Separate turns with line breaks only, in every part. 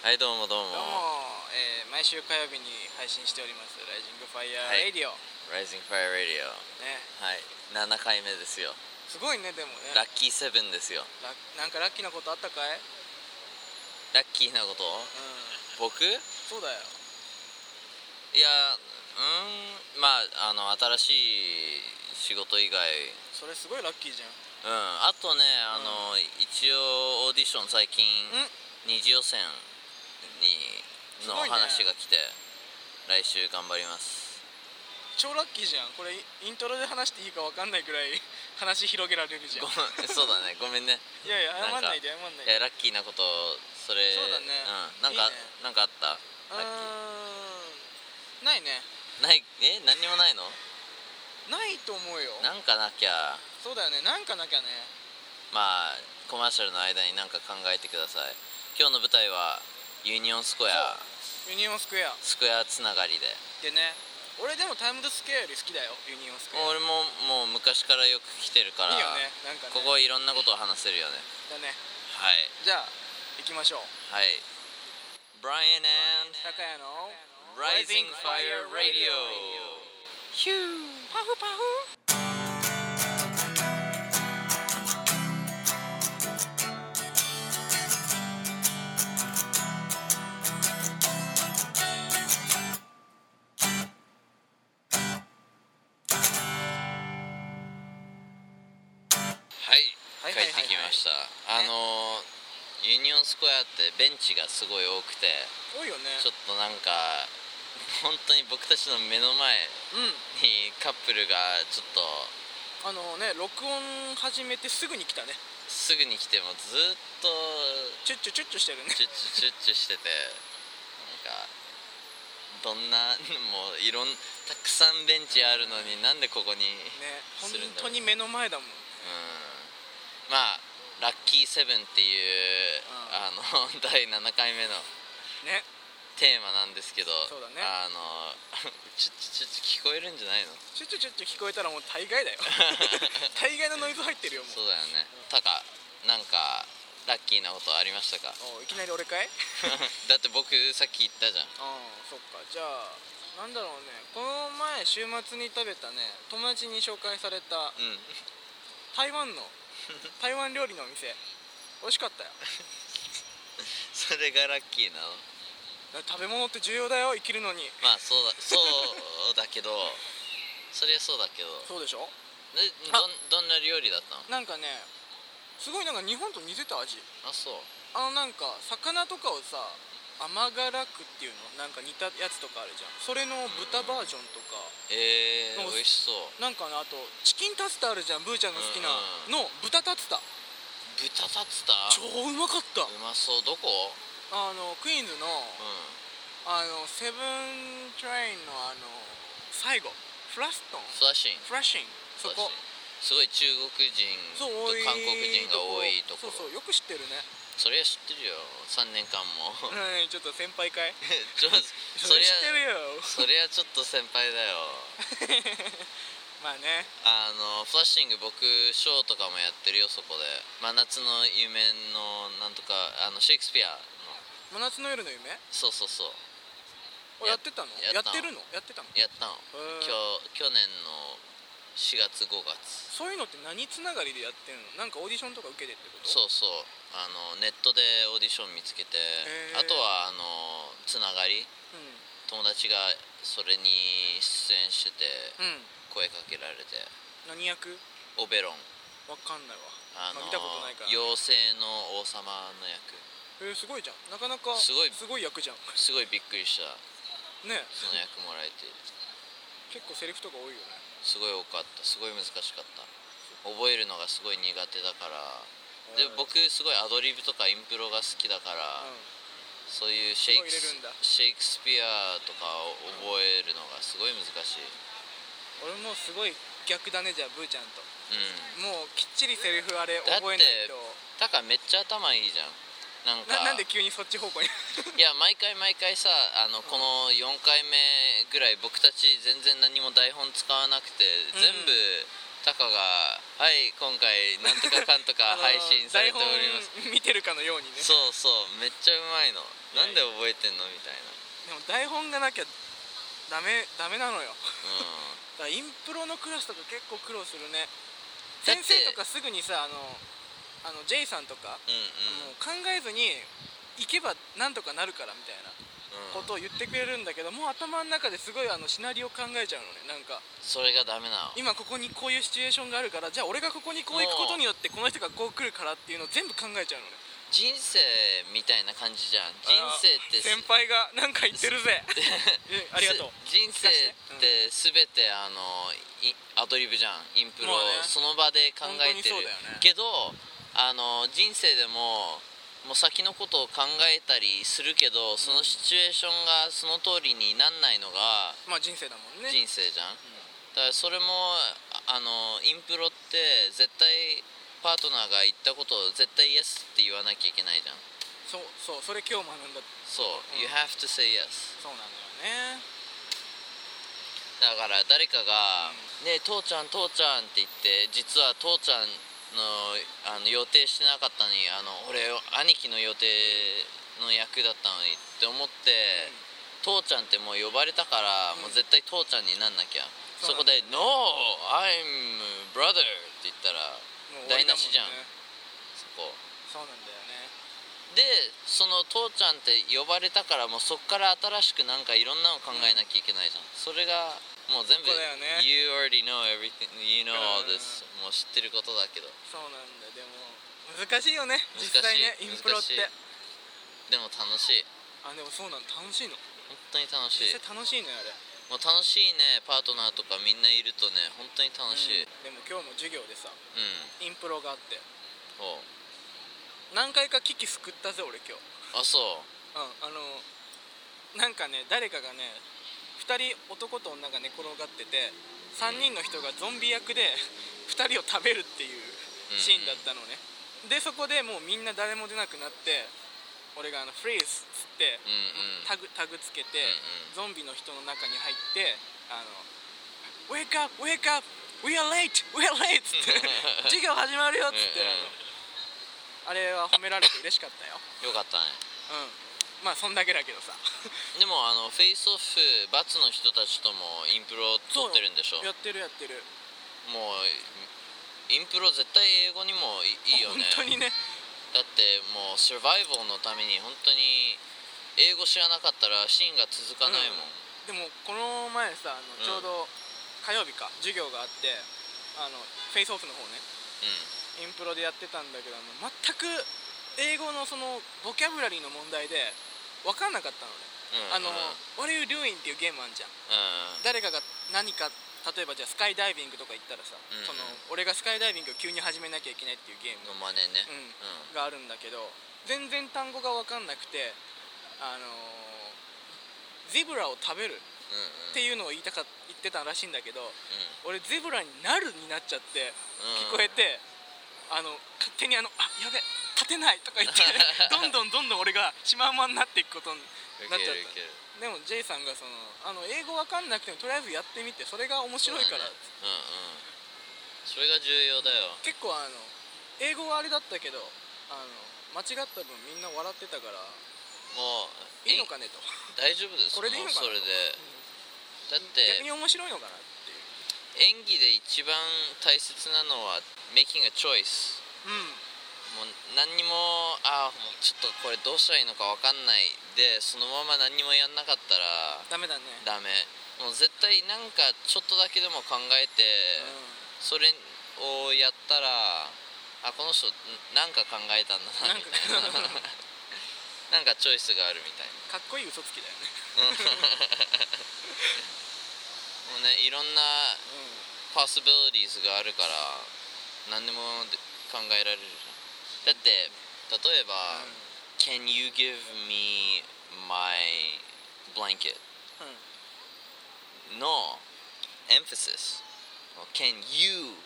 はいどうもどうも
どうも、えー毎週火曜日に配信しております「ライジングファイヤ
はい
ーレディオ
Rising Fire Radio」
ね
はい7回目ですよ
すごいねでもね
ラッキーセブンですよ
ラなんかラッキーなことあったかいうん
ラッキーなこと僕いや
そうだよ
うーんまああの新しい仕事以外
それすごいラッキーじゃん
うんあとねあの、一応オーディション最近
うん
二次予選にの
すごいね
話が来て、来週頑張ります
超ラッキーじゃんこれイイントロで話していいかわかんないくらい 話広げられるじゃ
ご
んい
めんそうだねごめんね
やいや謝
なん
ん
か
ないで謝んない
いや
で
ラッキーなことそれ
そうだね
ん、なんか
いいね
なんかあった
う
ラッキー
ーんないね
ないえ何にもないの
ないと思うよ
なんかなきゃ
そうだよねなんかなきゃね
まあコマーシャルの間になんか考えてください今日の舞台はユニオンスクエア
ユニオンスクエア
スクエアつながりで
でね俺でもタイムズスクエアより好きだよユニオンスクエア
もう俺ももう昔からよく来てるから
いいよねなんかね
ここいろんなことを話せるよね
だね
はい
じゃあ行きましょう
はいブライアン
高谷の
Rising Fire Radio
ヒューパフパフ
はい
はい
帰ってきましたあ
いはい
のーユニオンスクエアってベンチがすごい多くて
多いよね
ちょっとなんか本当に僕たちの目の前
うん
にカップルがちょっと
あのね録音始めてすぐに来たね
すぐに来てもずっと
チュッチュチュッチュしてる ね
チュッチュチュッチュしててなんかどんなもういろんたくさんベンチあるのになんでここに、
ね本
するんだ
当に目の前だもん
うんまあラッキーセブンっていうあの 第7回目の
ね
テーマなんですけど
そうだね
あの チュッチュチュッチュ聞こえるんじゃないの
チュッチュチュッチュ聞こえたらもう大概だよ大概のノイズ入ってるよも
そうだよねタカなんかラッキーなことありました か
うおいきなり俺かい
だって僕さっき言ったじゃん
ああそっかじゃあなんだろうねこの前週末に食べたね友達に紹介された
うん
台 湾の台湾料理のお店美味しかったよ
それがラッキーなの
だから食べ物って重要だよ生きるのに
まあそうだそうだけどそれはそうだけど
そうでしょ
で
あ
どんどんな料理だったの
なんかねすごいなんか日本と似てた味
あそう
あのなんか魚とかをさ甘辛くっていうのなんか似たやつとかあるじゃんそれの豚バージョンとか
え
な
ー、
ん
美
か
味しそう
なんかねあとチキンタツタあるじゃんブーちゃんの好きな
うん
の豚タツタ
豚タツタ
超うまかった
うまそうどこ
あのクイーンズ
う
の
ん
あのセブントレインのあの最後フラストン
スラッシン
フラッシン
ス
そ
ラッシン
こ
すごい中国人と
そう多い
韓国人が多いところ
そうそうよく知ってるね
それは知ってるよ3年間も
うんちょっと先輩かい
ちょ
そ
そ
れ
り
知
ゃ
ってるよ
それはちょっと先輩だよ
まあね
あのフラッシング僕ショーとかもやってるよそこで真夏の夢のなんとかあのシェイクスピアの
真夏の夜の夢
そうそうそう
おやってたの
や
や
やった
ってるのやってたの
やったの
へー
今日去年の4月5月
そういうのって何つながりでやってるのなんかオーディションとか受けてってことう
そうそうあのネットでオーディション見つけて
へー
あとはあのつながり
う
友達がそれに出演してて
ん、うん、
声かけられて
何役
オベロン
わかんないわ
あの
まあ見たことないから
妖精の王様の役
えー、すごいじゃんなかなか
すごい
すごい役じゃん
すごいびっくりした
ね
その役もらえて
結構セリフとか多いよね
すごい多かったすごい難しかった覚えるのがすごい苦手だからで
うん
僕すごいアドリブとかインプロが好きだから、
う
そういうシェイクス
すごい入れるんだ
シェイクスピアとかを覚えるのがすごい難しい
ん、俺もすごい逆だねじゃあブーちゃんと
うん
もうきっちりセリフあれ
だって
覚えないと
タカめっちゃ頭いいじゃんなんか
ななんで急にそっち方向に
いや毎回毎回さあのこの4回目ぐらい僕たち全然何も台本使わなくて、
うん
全部タカが「はい今回 なんとかかんとか配信されております
あの台本見てるかのように」ね
そうそうめっちゃうまいのなんで覚えてんのみたいな
でも台本がなきゃダメダメなのよ
うん
だからインプロのクラスとか結構苦労するね
だっ
先
て
生とかすぐにさあのあの J さんとか、
うんうん
もう考えずに行けばなんとかなるからみたいな
う
こ
ん
とを言ってくれるんだけどもう頭の中ですごいあのシナリオ考えちゃうのねなんか
それがダメなの
今ここにこういうシチュエーションがあるからじゃあ俺がここにこう行くことによってこの人がこう来るからっていうのを全部考えちゃうのね
人生みたいな感じじゃん人生って
先輩がなんか言ってるぜ えありがとう
す人生って全てあのいアドリブじゃんインプロ、
まあね
その場で考えてる
本当にそうだよね
けどあの人生でももう先のことを考えたりするけどそのシチュエーションがその通りになんないのが
まあ人生だもんね
人生じゃん、だからそれもああのインプロって絶対パートナーが言ったことを絶対イエスって言わなきゃいけないじゃん
そうそうそれ今日学んだ
そう、
ん
you have to say yes
そうなんだよね
だから誰かが「ねえ父ちゃん父ちゃん」って言って実は父ちゃんのあの予定してなかったのにあの俺兄貴の予定の役だったのにって思って、父ちゃんってもう呼ばれたから、もう絶対父ちゃんになんなきゃ
そ
そうこ
なんだ
で「No I'm brother」って言ったら
もう終わ
台
り
無
だもんね
しじゃんそこ
そうなんだよね
でその父ちゃんって呼ばれたからもうそっから新しくなんかいろんなの考えなきゃいけないじゃん、それがもう全部
そこだよね
You already know everything You know all
うん
this、もう知ってることだけど
そうなんだでも難しいよね
難しい
実際ねインプロっ
難していでも楽しい
あでもそうなの楽しいの
本当に楽しい
実際楽しいのよあれ
もう楽しいねパートナーとかみんないるとね本当に楽しいうん
うんでも今日も授業でさ
う
インプロがあって
おう
何回か危機救ったぜ俺今日
あそう
うんあのなんかね誰かがね2人男と女が寝転がってて3人の人がゾンビ役で2人を食べるっていうシーンだったのねでそこでもうみんな誰も出なくなって俺があの「フリーズ」っつって
うん うん
タグタグつけて
うんうん
ゾンビの人の中に入ってあの Wake up! Wake up! We are late! We are late! つ って授業始まるよっつって
うんうん
あのあれは褒められて嬉しかったよ
よかったね
うんまあそんだけだけどさ
でもあのフェイスオフバツの人たちともインプロ撮ってるんでしょ
やってるやってる
もうインプロ絶対英語にもいいいよね
本当にね
だってもうサバイバルのために本当に英語知らなかったらシーンが続かないもん、
でもこの前さあ
う
の
ん
ちょうど火曜日か授業があってあのフェイスオフの方ね
う
インプロでやってたんだけどあの全く英語のそのボキャブラリーの問題で分かんなかったの
ん、
ね
うん、
あの
うん
「What are you doing?」っていうゲームあんじゃん誰かが何か例えばじゃあスカイダイビングとか言ったらさ、
うんうん
その俺がスカイダイビングを急に始めなきゃいけないっていうゲーム
の真似ね
うん
う
があるんだけど全然単語が分かんなくてあのーゼブラを食べる
んうん
っていうのを言いたか言ってたらしいんだけど
う
俺ゼブラになるになっちゃって聞
んうん、
こえて、あの勝手にあの「あやべ立てない」とか言ってどんどんどんどん俺がシマウマになっていくことになっちゃ
ウケ
っ
るウケる
たでも J さんがそのあの英語分かんなくてもとりあえずやってみてそれが面白いか
そう
ら、
だねうんうんそれが重要だよ
結構あの英語はあれだったけどあの間違った分みんな笑ってたから
もう
いいの
え
かねと
大丈夫です
これでいいのかな
もうそれでだって
逆に面白いのかなっていう
演技で一番大切なのは making a choice
うん
もう何にもああもうちょっとこれどうしたらいいのか分かんないでそのまま何にもやんなかったら
ダメだね
ダメもう絶対なんかちょっとだけでも考えて
う
それをやったらあこの人んなんか考えたんだな
なん
み
か
たいな なんかチョイスがあるみたいなん
かっこいい嘘つきだよね
もうねいろんな
うん
パーソビリティーズがあるから何でも考えられるじゃんだって例えば、Can you give me my blanket?
うん
No. Emphasis. Well, Can you?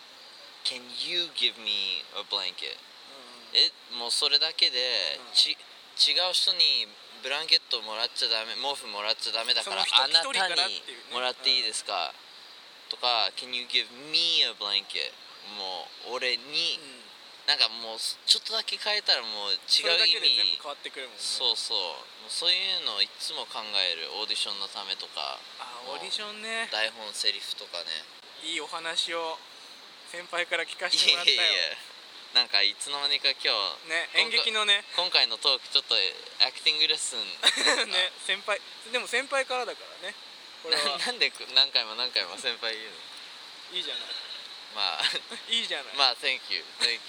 Can you give me a blanket?
う
えもうそれだけで、
うん
ち違う人にブランケットもらっちゃダメ毛布もらっちゃダメだから
その
あな
人
た
一人からっ
に
ていうね
もらっていいですか、とか「Can you give me a blanket?」もう俺に
んうん
なんかもうちょっとだけ変えたらもう違
それ
う
だ
意
けで全
味
部変わってくるもんね
そうそうもうそういうのをいつも考えるオーディションのためとか
あーオーディションね
台本セリフと かね
いいお話を先輩から聞かせて
い
もら
や
った
いや
よ
いやなんかいつの間にか今日
ね演劇のね
今回のトークちょっとアクティングレッスン
ね先輩でも先輩からだからねこれは
ななんで何回も何回も先輩言うの
いいじゃな
まあ
いい いじゃない、
まあ Thank you Thank you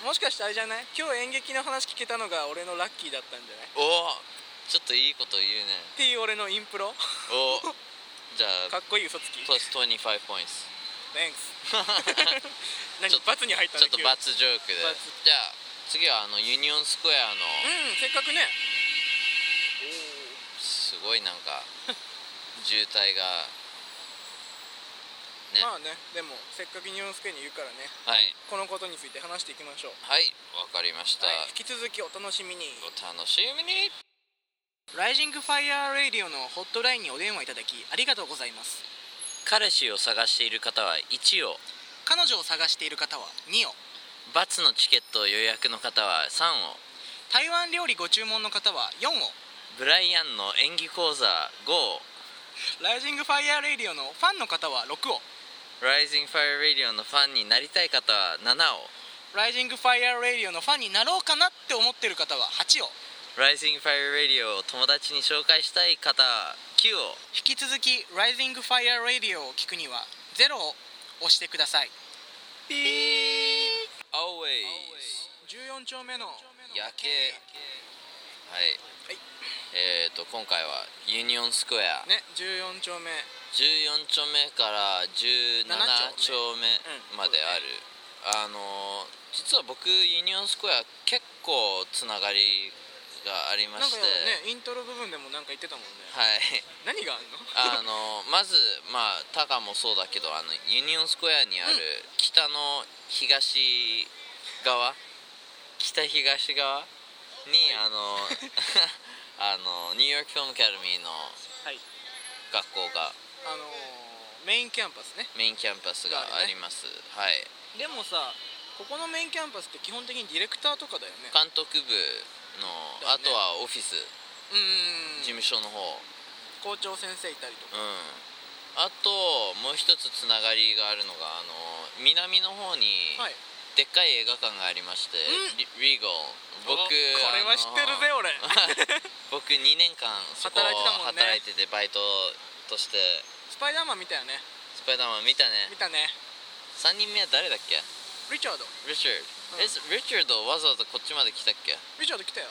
あ もしかしてあれじゃない今日演劇の話聞けたのが俺のラッキーだったんじゃないっ
おおちょっといいこと言うね
ていう俺のイン プロ
おおじゃ
か
あ
っこいい嘘つき
プラス25 points
Thanks 何
ちょっと
罰に入った
ちょ
ね
っと
急に
罰ジョークで
罰
じゃあ次はあのユニオンスクエアの
うんせっかくね
すごいなんか渋滞がね
まあねでもせっかく日本スクエアにいるからね
はい
このことについて話していきましょう、
はいわかりました、
はい、引き続きお楽しみに
お楽しみに
ライジングファイヤーレディオのホットラインにお電話いただきありがとうございます
彼氏を探している方は1を
彼女を探している方は2を
バツのチケット予約の方は3を
台湾料理ご注文の方は4を
ブライアンの演技講座5を
ライジングファイヤーレディオのファンの方は6を
Rising Fire Radio のファンになりたい方は7を
ライジングファイヤーレディオのファンになろうかなって思ってる方は8を
Rising Fire Radio を友達に紹介したい方は9を
引き続きライジングファイヤーレディオを聞くには0を押してください
Always
14丁目の
夜景はい、
はい
えっ、ー、と今回はユニオンスクエア、
ね14丁目
14丁目から17丁目
うん
まである、あのー実は僕ユニオンスクエア結構つながりがありま
なん
し
か
て、
ねイントロ部分でもなんか言ってたもんね
はい
何があんの
あのまずまあタカもそうだけどあのユニオンスクエアにある
うん
北の東側北東側に、あの あのニューヨークフィルムアカデミーの
はい
学校が
あのーメインキャンパスね
メインキャンパスがあります、はい
でもさここのメインキャンパスって基本的にディレクターとかだよね
監督部の、
だよ
あ
ね
とはオフィス
うーん
事務所の方
校長先生いたりとか
うんあともう一つつながりがあるのがあの南の方に、
はい
でっかい映画館がありまして、
うん
リリーゴ
お
ル
こ
僕
れは知ってるぜ
あの
俺
僕2年間そこ
働いてたもんね
働いててバイトとして
スパイダーマン見たよね
スパイダーマン見た
見
ね
たね
3人目は誰だっけ
リチャード
リチャー
う
ド、
ん
えリチャードわざわざこっちまで来たっけあ
リチャード来たよ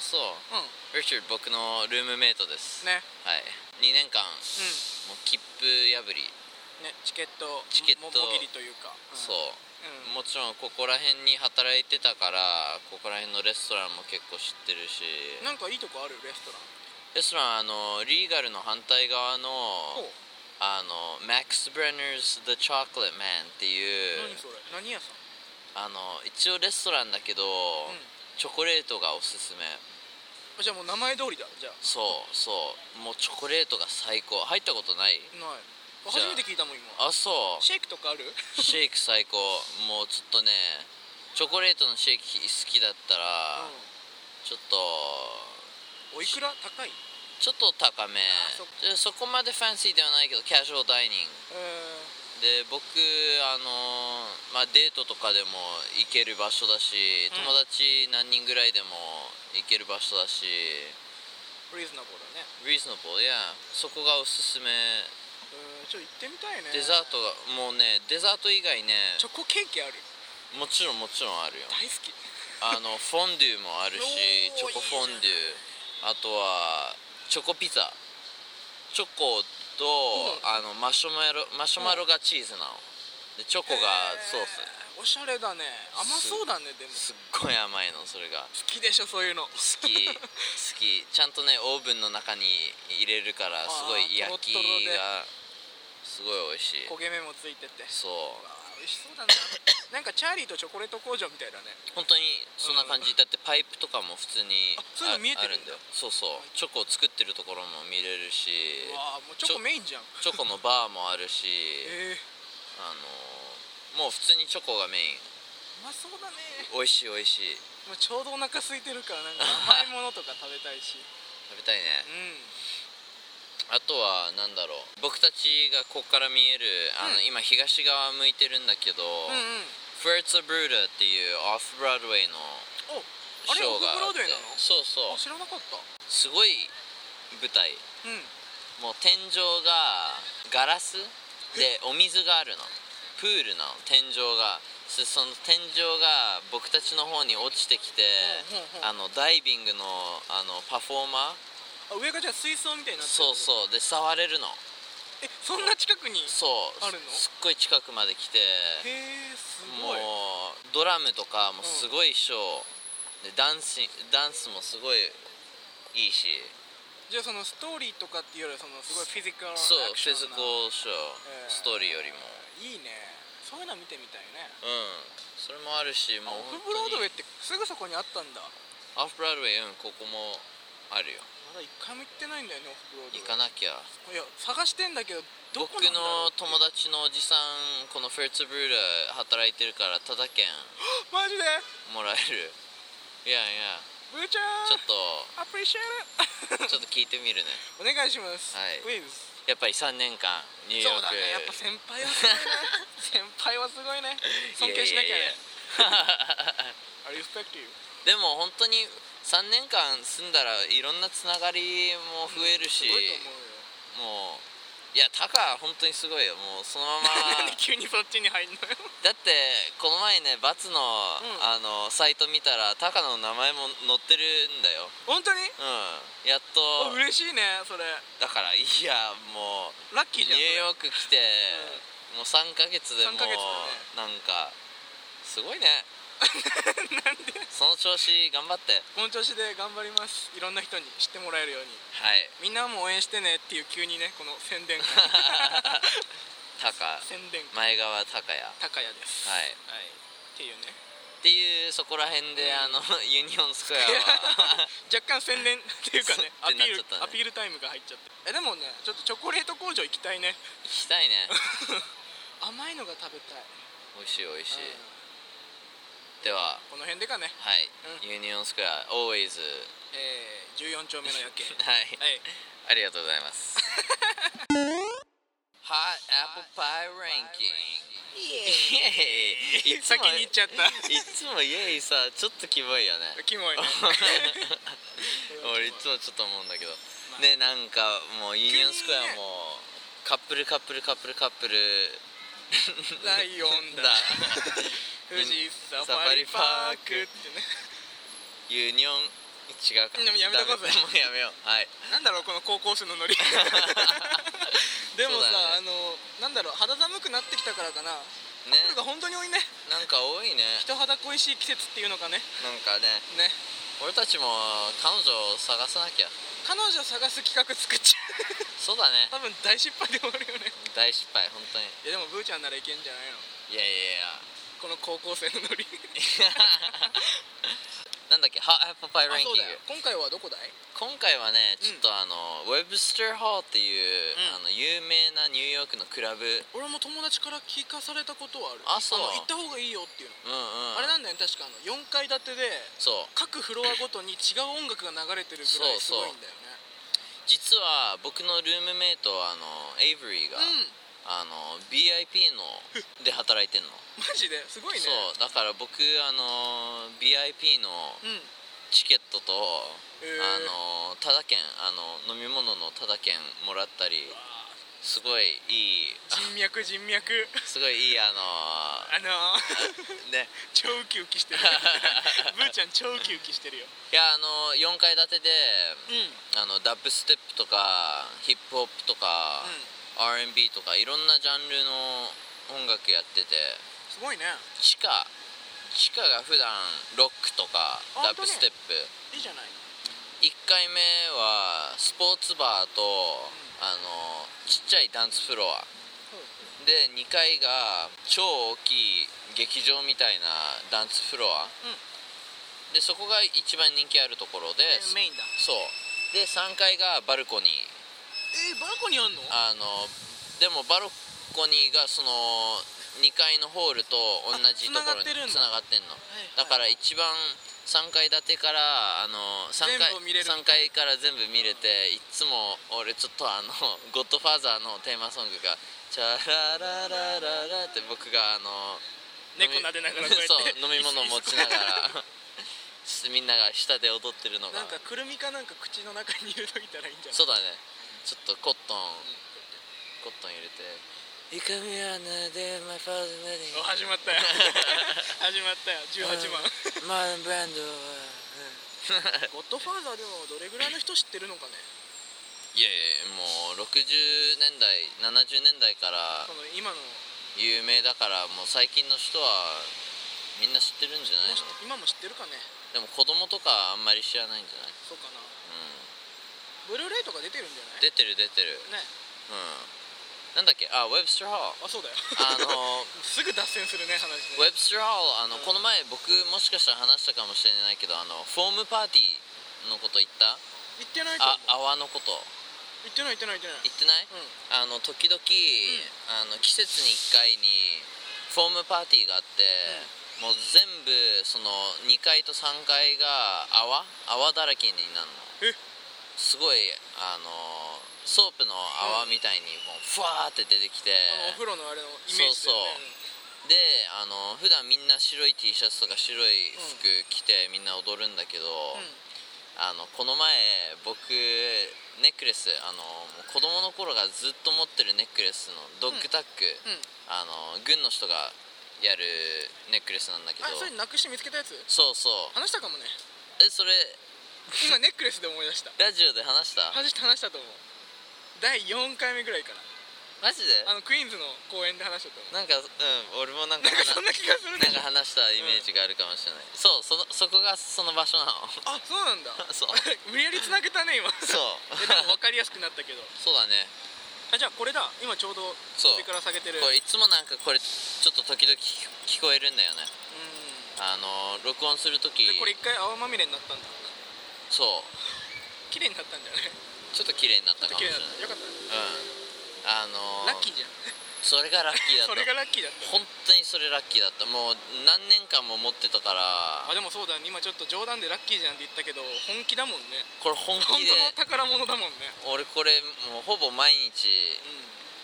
そう
うん
リチャード僕のルームメイトです、
ね
はい2年間
う
もう切符破り、
んねチケット
チケット
ももぎりというか、ん
そう
うん
もちろんここら辺に働いてたからここら辺のレストランも結構知ってるし
なんかいいとこあるレストラン
レストランあのリーガルの反対側の
おう
あの Max Brenner's The Chocolate Man っていう
何それ何屋さん
あの一応レストランだけど、
うん
チョコレートがおすすめ
あじゃあもう名前通りだじゃあ
そうそうもうチョコレートが最高入ったことない
ないあ
じ
初
ゃあ
めて聞いたもん今
あそう
シェイクとかある
シェイク最高もうちょっとねチョコレートのシェイク好きだったら、ちょっと
うんおいくら高い
ちょっと高め
あそっ
でそこまでファンシーではないけどキャジュアルダイニング
え
で僕あのーまあ、デートとかでも行ける場所だし
うん
友達何人ぐらいでも行ける場所だし、
ー、リーズナブルだね
リーズナブルやそこがおすすめ
うんちょっと行ってみたいね
デザートがもうねデザート以外ね
チョコケーキある
もちろんもちろんあ るよ
大好き
あのフォンデュもあるしチ
お
ョ
ー
コフォンデュあとはチョコピザチョコと
うん
あのマシュマロマシュマロがチーズなのでチョコがソース
おしゃれだね甘そうだねでも好
すっごい甘いのそれが
きでしょそういうの好
好き好きちゃんとねオーブンの中に入れるから
あー
すごい焼き
トロトロで
がすごい美味しい
焦げ目もついてて
そう
わあ美味しそうだななんかチャーリーとチョコレート工場みたいだね
本当にそんな感じだってパイプとかも普通に
あそういうの見えてるんだ
ああそうそうチョコを作ってるところも見れるし
わあもうチョコメインじゃん
チョコのバーもあるし
ええ
あのもう普通にチョコがメイン
マまそうだね
美味しい美味しい
もうちょうどお腹空いてるからなんか甘いものとか食べたいし
食べたいね
うん
あとは何だろう僕たちがここから見えるあの、
うん
今東側向いてるんだけど、
うんうん
フェルツ・ブルーダっていうオフ・ブラッドウェイの
おあ
シ
れ
ョー
オ
があ
フブロー
って
ドウェイなの
そうそう
あ知らなかったう
すごい舞台
ん
もう天井がガラスでお水があるのプールなの天井がそその天井が僕たちの方に落ちてきて
ほう
あの
ほうほう
ダイビングのあのパフォーマー
あ上がじゃあ水槽みたいになって
そう
う
そうで触れるの
えそんな近くに
そう
あるの
すっごい近くまで来て
へえす
も
ごいう
ドラムとかもすごいショー、でダンスダンスもすごいいいし
じゃあそのストーリーとかっていうよりはそのすごいフィジカル
そう
アク
フ
シ
ィジ
ョ
カ
ンな
ルショー、
えー
ストーリーよりも
いいねそういうの見てみたいね
うんそれもあるし
あ
も
オ
う
フブロードウェイ
イ
ってすぐそこにあったんだま
オフブロードウェイうんここもあるよ
だ一回も行ってないんだよねオフブロードウェイ
行かなきゃ
いや探してんだけどどこ
僕
なんだろ
の
う
友達のおじさんこのフェルツブルーラー働いてるからタダ券
マジで
もらえるいやいや
ブーちゃん
ちょっと
アプリシェル
ちょっと聞いてみるね
お願いします、
はい
ウィズ
やっぱり3年間ニューヨ
そ
ー
う
ク
だねやっぱ先輩はすごいね先輩はすご いね尊敬しなきゃ
いやいやいや
ね I respect you
でも本当に3年間住んだらいろんなつながりも増えるし、
すごいと思うよ
もういやタカ本当にすごいよもうそのま
な
ま
ん で急にそっちに入んのよ
だってこの前ねバツの,、
ん
あのサイト見たらタカの名前も載ってるんだよ
本当に
うんやっ
あ
と
嬉しいねそれ
だからいやもう
ラッキ
ニ
ーじゃん
ューヨーク来て、もう3ヶ月でもう
3ヶ月だ
な
ね
んかすごいね
それ なんで
その調子頑張って
この調子で頑張りますいろんな人に知ってもらえるように
はい
みんなも応援してねっていう急にねこの 宣伝会
タカ
宣伝会
前川タカヤ
高谷です
はい
はい、っていうね
っていうそこら辺で、あの ユニオンスクエア は
若干宣伝っていうかね
そう
ア
って
ピ
なっ
ー
ちゃ
ル
ったね
アピールタイムが入っちゃってえでもねちょっとチョコレート工場行きたいね
行きたいね
甘いのが食べたい、
美味しい美味しい、
うん
では
この辺でかね、
はい、
う
ユニオンスクエア always
えー、14丁目の夜 景
はい
はい
ありがとうございます Hot Apple Pie Ranking イエーイいつ
先
も
に行っちゃった
いつもイエーイさちょっとキモいよね
キ モいね
俺いつもちょっと思うんだけど、
まあ
ねなんかもうユニオンスクエ
急に
ア
ね
もカップルカップルカップルカップル
ライオンだ富士サファリパークってね
ユニオン違うか
でもやめとこうぜ
ダメもうやめようはい
なんだろうこの高校生の ノリでも
そうだ
さ、
よ
あのなんだろう肌寒くなってきたからかな、
ね
カップルが本当に多いね
なんか多いね
人肌恋しい季節っていうのかね
なんかね
ね
俺たちも彼女を探さなきゃ
彼女探す企画作っちゃ
そうだね
う 多分大失敗で終わるよね
大失敗本当に
いやでもブーちゃんならいけんじゃないの
いやい
この高校生のノリ
やい やなんだっけハッパパイラ
あ
ンキ
そ
ン
う
グ
だよ今回はどこだい
今回はねちょっとあの、ウェブスターホーっていう、
うん
あの有名なニューヨークのクラブうんうん
俺も友達から聞かされたことはある
あそう
の行った方がいいよっていうの、あ
あ
れなんだよね確かあの4階建てで
そう
各フロアごとに違う音楽が流れてるぐらいすごいんだよね
実は僕のルームメイトあのエイブリーが、
うん
あの BIP ので働いてんの、
マジ ですごいね
そうだから僕あの BIP の
うん
チケットと、
へー
あのタダ券あの飲み物のタダ券もらったりすごいいい
人脈人脈
すごいいいあの
あの ー、
ね
超ウキウキして るブーちゃん超ウキウキしてるよ
いやあの4階建てで
うん
あのダップステップとかヒップホップとか、R&B とかいろんなジャンルの音楽やってて
すごいね
チカチカが普段ロックとかダ
あ
ップステップ
いいじゃない
1回目はスポーツバーと、あのちっちゃいダンスフロアで2階が超大きい劇場みたいなダンスフロア、
うん
でそこが一番人気あるところで、
メインだ
そうで3階がバルコニー
えー、バルコニーあんの
あのでもバルコニーがその2階のホールと同じところに
あ繋がっ
繋がって
てるんだ
んの
いは
だ
い
から一番3階建てからあの3階
全部見れる
三階から全部見れていっつも俺ちょっとあの 「ゴッドファーザー」のテーマソングが「チャラララララ」って僕があの
猫撫でながらこうやって
そう飲み物持ちながら みんなが下で踊ってるのが
なんかくるみかなんか口の中に入れといたらいいんじゃない
そうだねちょっとコットンコットン入れて「イカミアナでマイファーズメディ
お始 まったよ始まったよ18番
マーブランドは
ゴッドファーザーでもどれぐらいの人知ってるのかね
いやいやもう60年代70年代から
この今の
有名だからもう最近の人はみんな知ってるんじゃないの
今も知ってるかね
でも子供とかあんまり知らないんじゃない、
そうかな
う、
ブルーレイとか出てるんじゃなんい
出てる出てる
ね
うんなんだっけあウェブスターハー
あそうだよ
あの
すぐ脱線するね話
ウェブ
ね
スターハーあのこの前僕もしかしたら話したかもしれないけどあのフォームパーティーのこと言った
行ってないと
あ
思う
泡のこと
行ってない行ってない行ってない
言ってない
うん
あの時々、あの季節に1回にフォームパーティーがあって、もう全部その2階と3階が泡泡だらけになるの
え
すごいあのソープの泡みたいにもうふわーって出てきて、
あのお風呂のあれのイメージだよね
であの普段みんな白い T シャツとか白い服着てみんな踊るんだけど、
うんうん
あのこの前僕ネックレスあの子供の頃からずっと持ってるネックレスのドッグタック、
うん
あの軍の人がやるネックレスなんだけど
あそれなくして見つけたやつ
そうそう
話したかもね
えそれ
今ネックレスで思い出した
ラジオで話した
話した話したと思う第4回目ぐらいか
マジで
なあのクイーンズの公演で話したと思う
なんかうん俺もなんか
なん
話
か そんな気がするね
なんか話したイメージがあるかもしれない、そうそのそこがその場所なの
あそうなんだ
そう
無理やりつなげたね今
そう
えでも分かりやすくなったけど
そうだね
あじゃあこれだ今ちょうど
そう
首から下げてる
これいつもなんかこれちょっと時々聞聞こえるんだよね
うん
あの録音する時
でこれ一回泡まみれになったんだ
そう
綺麗になったんじゃない
ちょっと綺麗になったかもし
綺
れ
麗
ない
になったよかった
うんあのー
ラッキーじゃん
それがラッキーだっ
そ
た
れがラッキーだった
本当にそれラッキーだったもう何年間も持ってたから
あでもそうだね今ちょっと冗談でラッキーじゃんって言ったけど本気だもんね
これ本
本
気で
当の宝物だもんね
俺これもうほぼ毎日
う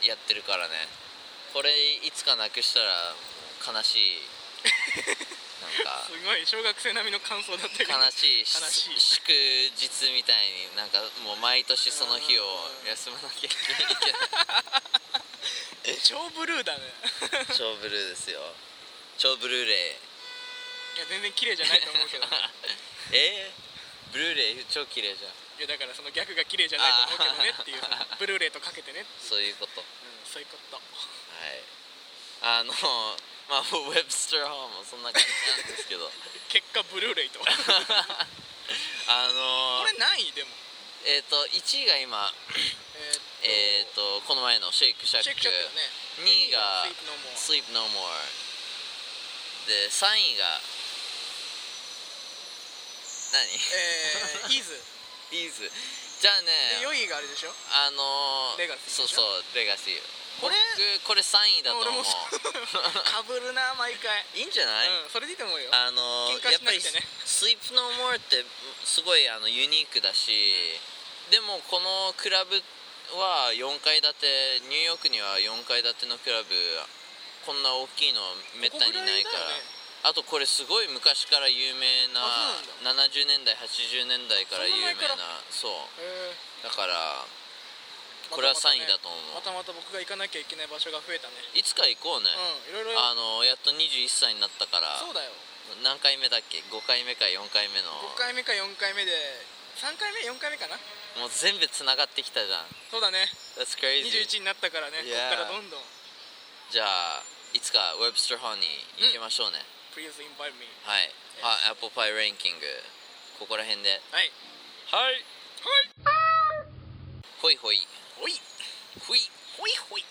ん
やってるからねこれいつかなくしたらもう悲し いなんか
すごい小学生並みの感想だったけど
悲しいし祝
悲しい
日みたいになんかもう毎年その日を休まなきゃいけない
超ブルーだね
超ブルーですよ超ブルーレイ
いや全然綺麗じゃないと思うけどい
えー、ブルーレイ超綺麗じゃん
やだからそのギャグが綺麗じゃないと思うけどねっていう
あー
ブルーレイとかけてね、
そういうこと
うん、そういうこと
はいあのまあウェブスターホーもそんな感じなんです けど
結果ブルーレ イとこ
あの
れ何位でも
えっ、と1位が今
え
えっ、
ーっと
とこの前のシェイクシャック
シェイクシャックだね
2位が
スイープノーモア
Sleep No More で3位が何
えー、イ ーズ
イーズじゃあ
で
ね
4位があれでしょ
あのー、
レガシーでしょ
そうそうレガシー
これ
僕これ3位だと思う
俺も かぶるな毎回、
いいんじゃない、
うんそれでいいと思うよ
あの
喧
や
嘩
っ
し
ぱ
な
り
くてね
「スイープノーモ r ってすごいあのユニークだし、でもこのクラブは4階建てニューヨークには4階建てのクラブこんな大きいのめったにないから
ここぐらいだよね
あとこれすごい昔から有名な
あそう
70年代80年代から
そ
有
んな
名
前から
なそう
え
だから
ー
これは
またまた
3位だと思う
またまた僕が行かなきゃいけない場所が増えたね
いつか行こうね、
うんいろいろ
あのやっと21歳になったから
そうだよ
何回目だっけ5回目か4回目の
5回目か4回目で3回目4回目かな
もう全部つながってきたじゃん
そうだね
That's crazy
21になったからねこ
Yeah
っからどんどん
じゃあいつか Webster Hall に行きましょうね、
Please invite me
はい、は Apple Pie ランキングここら辺で
はい
はい
はい
ほいほい
ほい
ほい
ほいほい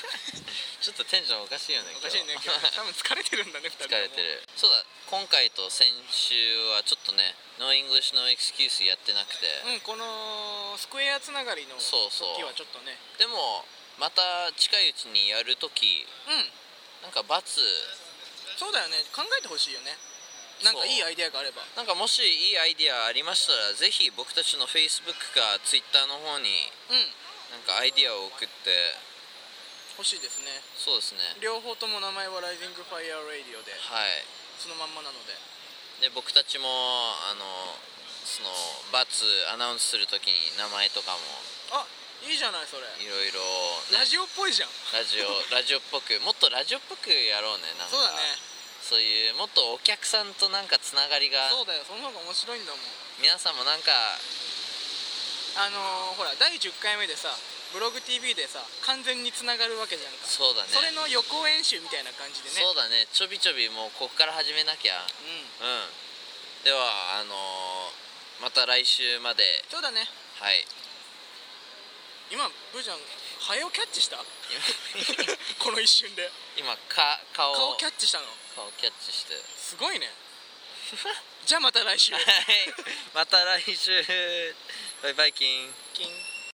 ちょっとテンションおかしいよね
おかしいね今
今日
日多分疲れてるんだね2人
疲
とも
れてるそうだ今回と先週はちょっとね No English No Excuse やってなくて、
うんこのスクエアつながりの時
そうそう
はちょっとね
でもまた近いうちにやるとき
うん
なんか罰
そうだよね考えてほしいよねなんかいいアイデアがあれば
なんかもしいいアイデアありましたらぜひ僕たちの Facebook か Twitter の方に
うん
なんかアイデアを送って
欲しいですね
そうですね
両方とも名前はライジングファイアーレディオで
はい
そのまんまなので
で僕たちもあのそのバツアナウンスするときに名前とかも
あいいじゃないそれ
いろいろ
ラジオっぽいじゃん
ラジオラジオっぽくもっとラジオっぽくやろうねなんか
そうだね
そういうもっとお客さんとなんかつながりが
そうだよその方が面白いんだもん
皆さんもなんか
あのー、ほら第10回目でさブログ TV でさ完全につながるわけじゃんか
そうだね
それの予行演習みたいな感じでね
そうだねちょびちょびもうここから始めなきゃ
うん
うんではあのーまた来週まで
そうだね
はい
今ブーちゃんハエをキャッ チしたこの一瞬で
今か顔
顔キャ
ッ
ッチしたの
顔キャッチして
すごい ねじゃあまた来週
はいまた来週バイバイキン
キン